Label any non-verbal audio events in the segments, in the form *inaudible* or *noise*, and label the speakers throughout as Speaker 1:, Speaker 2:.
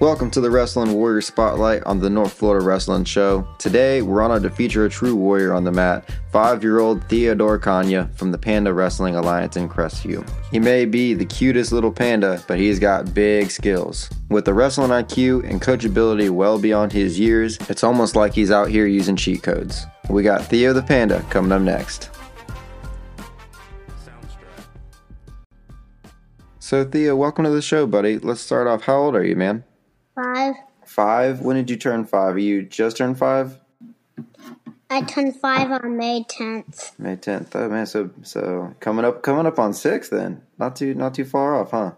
Speaker 1: Welcome to the Wrestling Warrior Spotlight on the North Florida Wrestling Show. Today, we're honored to feature a true warrior on the mat, five year old Theodore Kanya from the Panda Wrestling Alliance in Crestview. He may be the cutest little panda, but he's got big skills. With a wrestling IQ and coachability well beyond his years, it's almost like he's out here using cheat codes. We got Theo the Panda coming up next. So, Theo, welcome to the show, buddy. Let's start off. How old are you, man?
Speaker 2: Five.
Speaker 1: Five? When did you turn five? You just turned five?
Speaker 2: I turned five on May 10th.
Speaker 1: May tenth. Oh man, so so coming up coming up on six then. Not too not too far off, huh?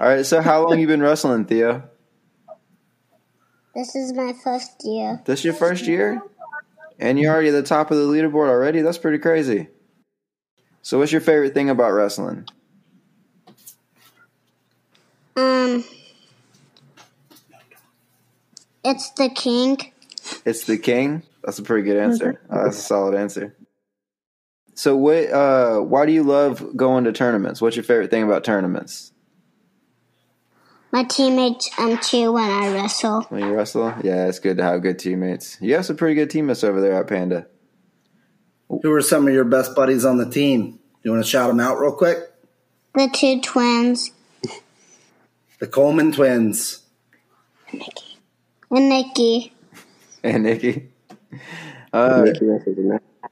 Speaker 1: All right, so how long you been wrestling, Theo?
Speaker 2: This is my first year.
Speaker 1: This your first year? And you're already at the top of the leaderboard already? That's pretty crazy. So what's your favorite thing about wrestling?
Speaker 2: Um, it's the king.
Speaker 1: It's the king? That's a pretty good answer. Oh, that's a solid answer. So what uh why do you love going to tournaments? What's your favorite thing about tournaments?
Speaker 2: My teammates um cheer when I wrestle.
Speaker 1: When you wrestle? Yeah, it's good to have good teammates. You have some pretty good teammates over there at Panda.
Speaker 3: Who are some of your best buddies on the team? You want to shout them out real quick?
Speaker 2: The two twins
Speaker 3: The Coleman twins.
Speaker 2: and Nikki.
Speaker 1: *laughs* And Nikki. Uh,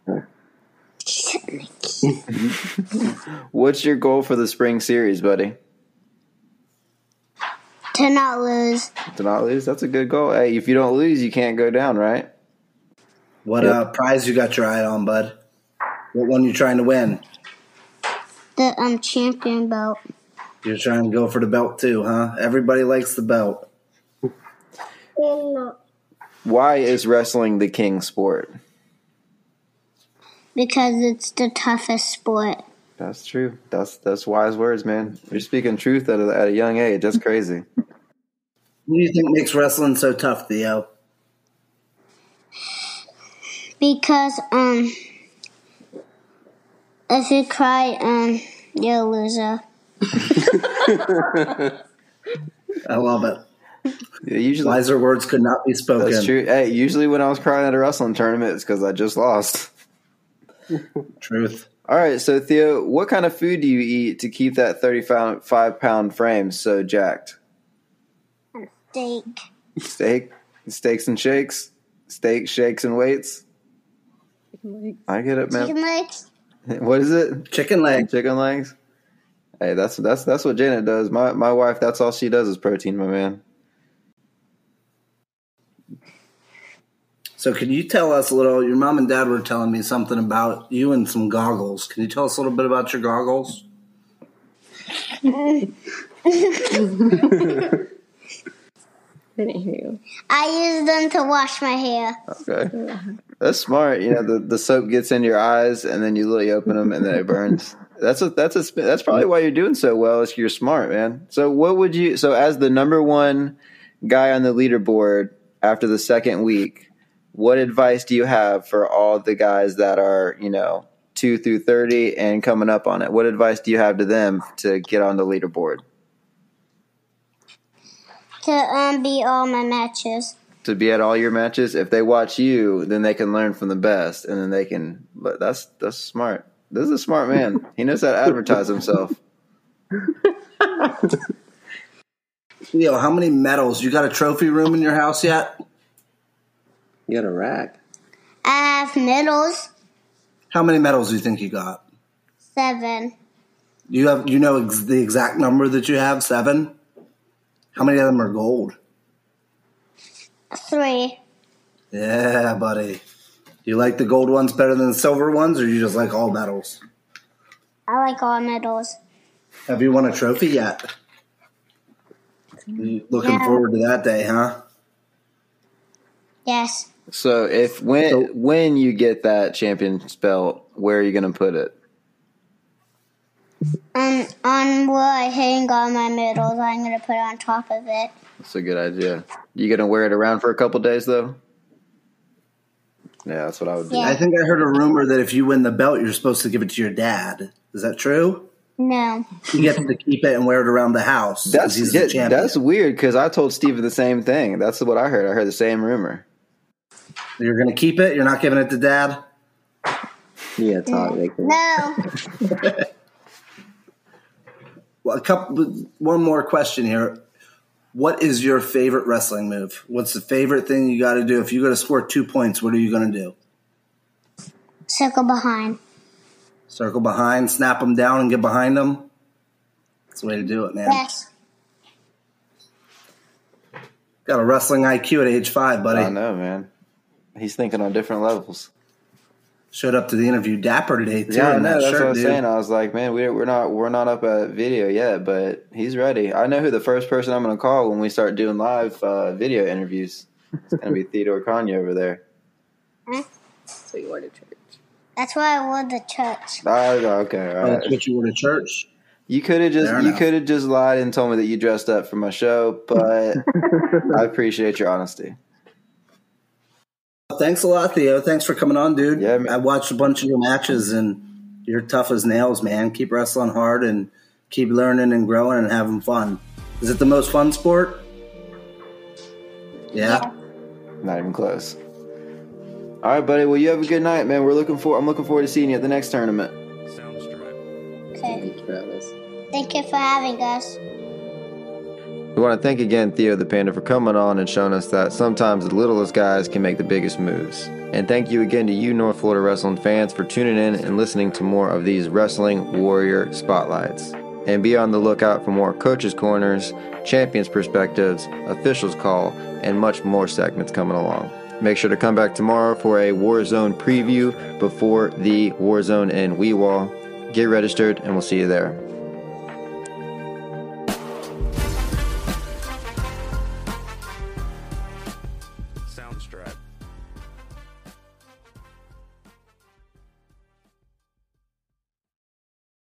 Speaker 1: *laughs* what's your goal for the spring series, buddy?
Speaker 2: to not lose.
Speaker 1: To not lose? That's a good goal. Hey, if you don't lose, you can't go down, right?
Speaker 3: What uh, prize you got your eye on, bud? What one you trying to win?
Speaker 2: The um champion belt.
Speaker 3: You're trying to go for the belt too, huh? Everybody likes the belt.
Speaker 1: Why is wrestling the king sport?
Speaker 2: Because it's the toughest sport.
Speaker 1: That's true. That's that's wise words, man. You're speaking truth at a, at a young age. That's crazy.
Speaker 3: What do you think makes wrestling so tough, Theo?
Speaker 2: Because um if you cry um you're a loser.
Speaker 3: I love it.
Speaker 1: Yeah, Usually,
Speaker 3: Wiser words could not be spoken.
Speaker 1: that's true. Hey, usually when I was crying at a wrestling tournament, it's because I just lost.
Speaker 3: Truth.
Speaker 1: All right, so Theo, what kind of food do you eat to keep that 35 pound frame so jacked?
Speaker 2: Steak.
Speaker 1: Steak, steaks and shakes, steak, shakes and weights. I get it, man.
Speaker 2: Chicken legs.
Speaker 1: What is it?
Speaker 3: Chicken leg.
Speaker 1: Chicken legs. Hey, that's that's that's what Janet does. My my wife, that's all she does is protein, my man.
Speaker 3: So, can you tell us a little? Your mom and dad were telling me something about you and some goggles. Can you tell us a little bit about your goggles?
Speaker 4: I *laughs* didn't hear you.
Speaker 2: I use them to wash my hair.
Speaker 1: Okay, that's smart. You know, the, the soap gets in your eyes, and then you literally open them, and then it burns. That's a that's a sp- that's probably why you're doing so well. Is you're smart, man. So what would you? So as the number one guy on the leaderboard after the second week, what advice do you have for all the guys that are you know two through thirty and coming up on it? What advice do you have to them to get on the leaderboard?
Speaker 2: To um be all my matches.
Speaker 1: to be at all your matches. If they watch you, then they can learn from the best, and then they can. But that's that's smart. This is a
Speaker 5: *laughs*
Speaker 1: smart man. he knows how to advertise himself.
Speaker 3: Theo, how many medals? You got a trophy room in your house yet?
Speaker 5: You got a rack.
Speaker 2: I have medals.
Speaker 3: How many medals do you think you got?
Speaker 2: Seven.
Speaker 3: You have you know ex- the exact number that you have seven. How many of them are gold?
Speaker 2: Three.
Speaker 3: Yeah, buddy. You like the gold ones better than the silver ones, or you just like all medals?
Speaker 2: I like all medals.
Speaker 3: Have you won a trophy yet? You looking
Speaker 2: Yeah.
Speaker 3: forward to that day, huh?
Speaker 2: Yes.
Speaker 1: So if when when you get that champion's belt, where are you going to put it?
Speaker 2: Um, on where I hang all my medals, I'm gonna put on top of it.
Speaker 1: That's a good idea. You going to wear it around for a couple days though? Yeah, that's what I would do.
Speaker 2: Yeah.
Speaker 3: I think I heard a rumor that if you win the belt, you're supposed to give it to your dad. Is that true?
Speaker 2: No.
Speaker 3: He gets to keep it and wear it around the house. 'cause
Speaker 1: That's
Speaker 3: he's
Speaker 1: yeah,
Speaker 3: the champion.
Speaker 1: that's weird because I told Steven the same thing. That's what I heard. I heard the same rumor.
Speaker 3: You're gonna keep it. You're not giving it to dad.
Speaker 5: Yeah, talk. They can.
Speaker 2: No.
Speaker 3: Well, a couple. One more question here. What is your favorite wrestling move? What's the favorite thing you got to do? If you got to score two points, what are you going to do?
Speaker 2: Circle behind.
Speaker 3: Circle behind, snap them down, and get behind them. That's the way to do it, man.
Speaker 2: Yes.
Speaker 3: Got a wrestling IQ at age five, buddy.
Speaker 1: I don't know, man. He's thinking on different levels.
Speaker 3: Showed up to the interview dapper today too.
Speaker 1: Yeah, I
Speaker 3: in
Speaker 1: know.
Speaker 3: that
Speaker 1: That's
Speaker 3: shirt,
Speaker 1: what I'm
Speaker 3: dude.
Speaker 1: saying. I was like, man, we're, we're not we're not up at video yet, but he's ready. I know who the first person I'm going to call when we start doing live uh, video interviews. It's going to be
Speaker 3: *laughs*
Speaker 1: Theodore Kanye over there.
Speaker 4: So you ordered church.
Speaker 2: That's why I wore the church.
Speaker 1: Ah, okay, all
Speaker 3: Oh,
Speaker 1: right.
Speaker 3: that's what you were to church.
Speaker 1: You could have just
Speaker 3: Fair
Speaker 1: you
Speaker 3: enough.
Speaker 1: could have just lied and told me that you dressed up for my show,
Speaker 3: *laughs*
Speaker 1: but I appreciate your honesty.
Speaker 3: Thanks a lot, Theo. Thanks for coming on, dude.
Speaker 1: Yeah, man.
Speaker 3: I watched a bunch of your matches, and you're tough as nails, man. Keep wrestling hard and keep learning and growing and having fun. Is it the most fun sport? Yeah.
Speaker 1: Not even close. All right, buddy. Well, you have a good night, man. We're looking for. I'm looking forward to seeing you at the next tournament.
Speaker 2: Okay.
Speaker 5: Travis.
Speaker 2: Thank you for having us.
Speaker 1: We want to thank again Theo the Panda for coming on and showing us that sometimes the littlest guys can make the biggest moves. And thank you again to you, North Florida wrestling fans, for tuning in and listening to more of these Wrestling Warrior Spotlights. And be on the lookout for more coaches' corners, champions' perspectives, officials' call, and much more segments coming along. Make sure to come back tomorrow for a Warzone preview before the Warzone and Wee Wall. Get registered, and we'll see you there.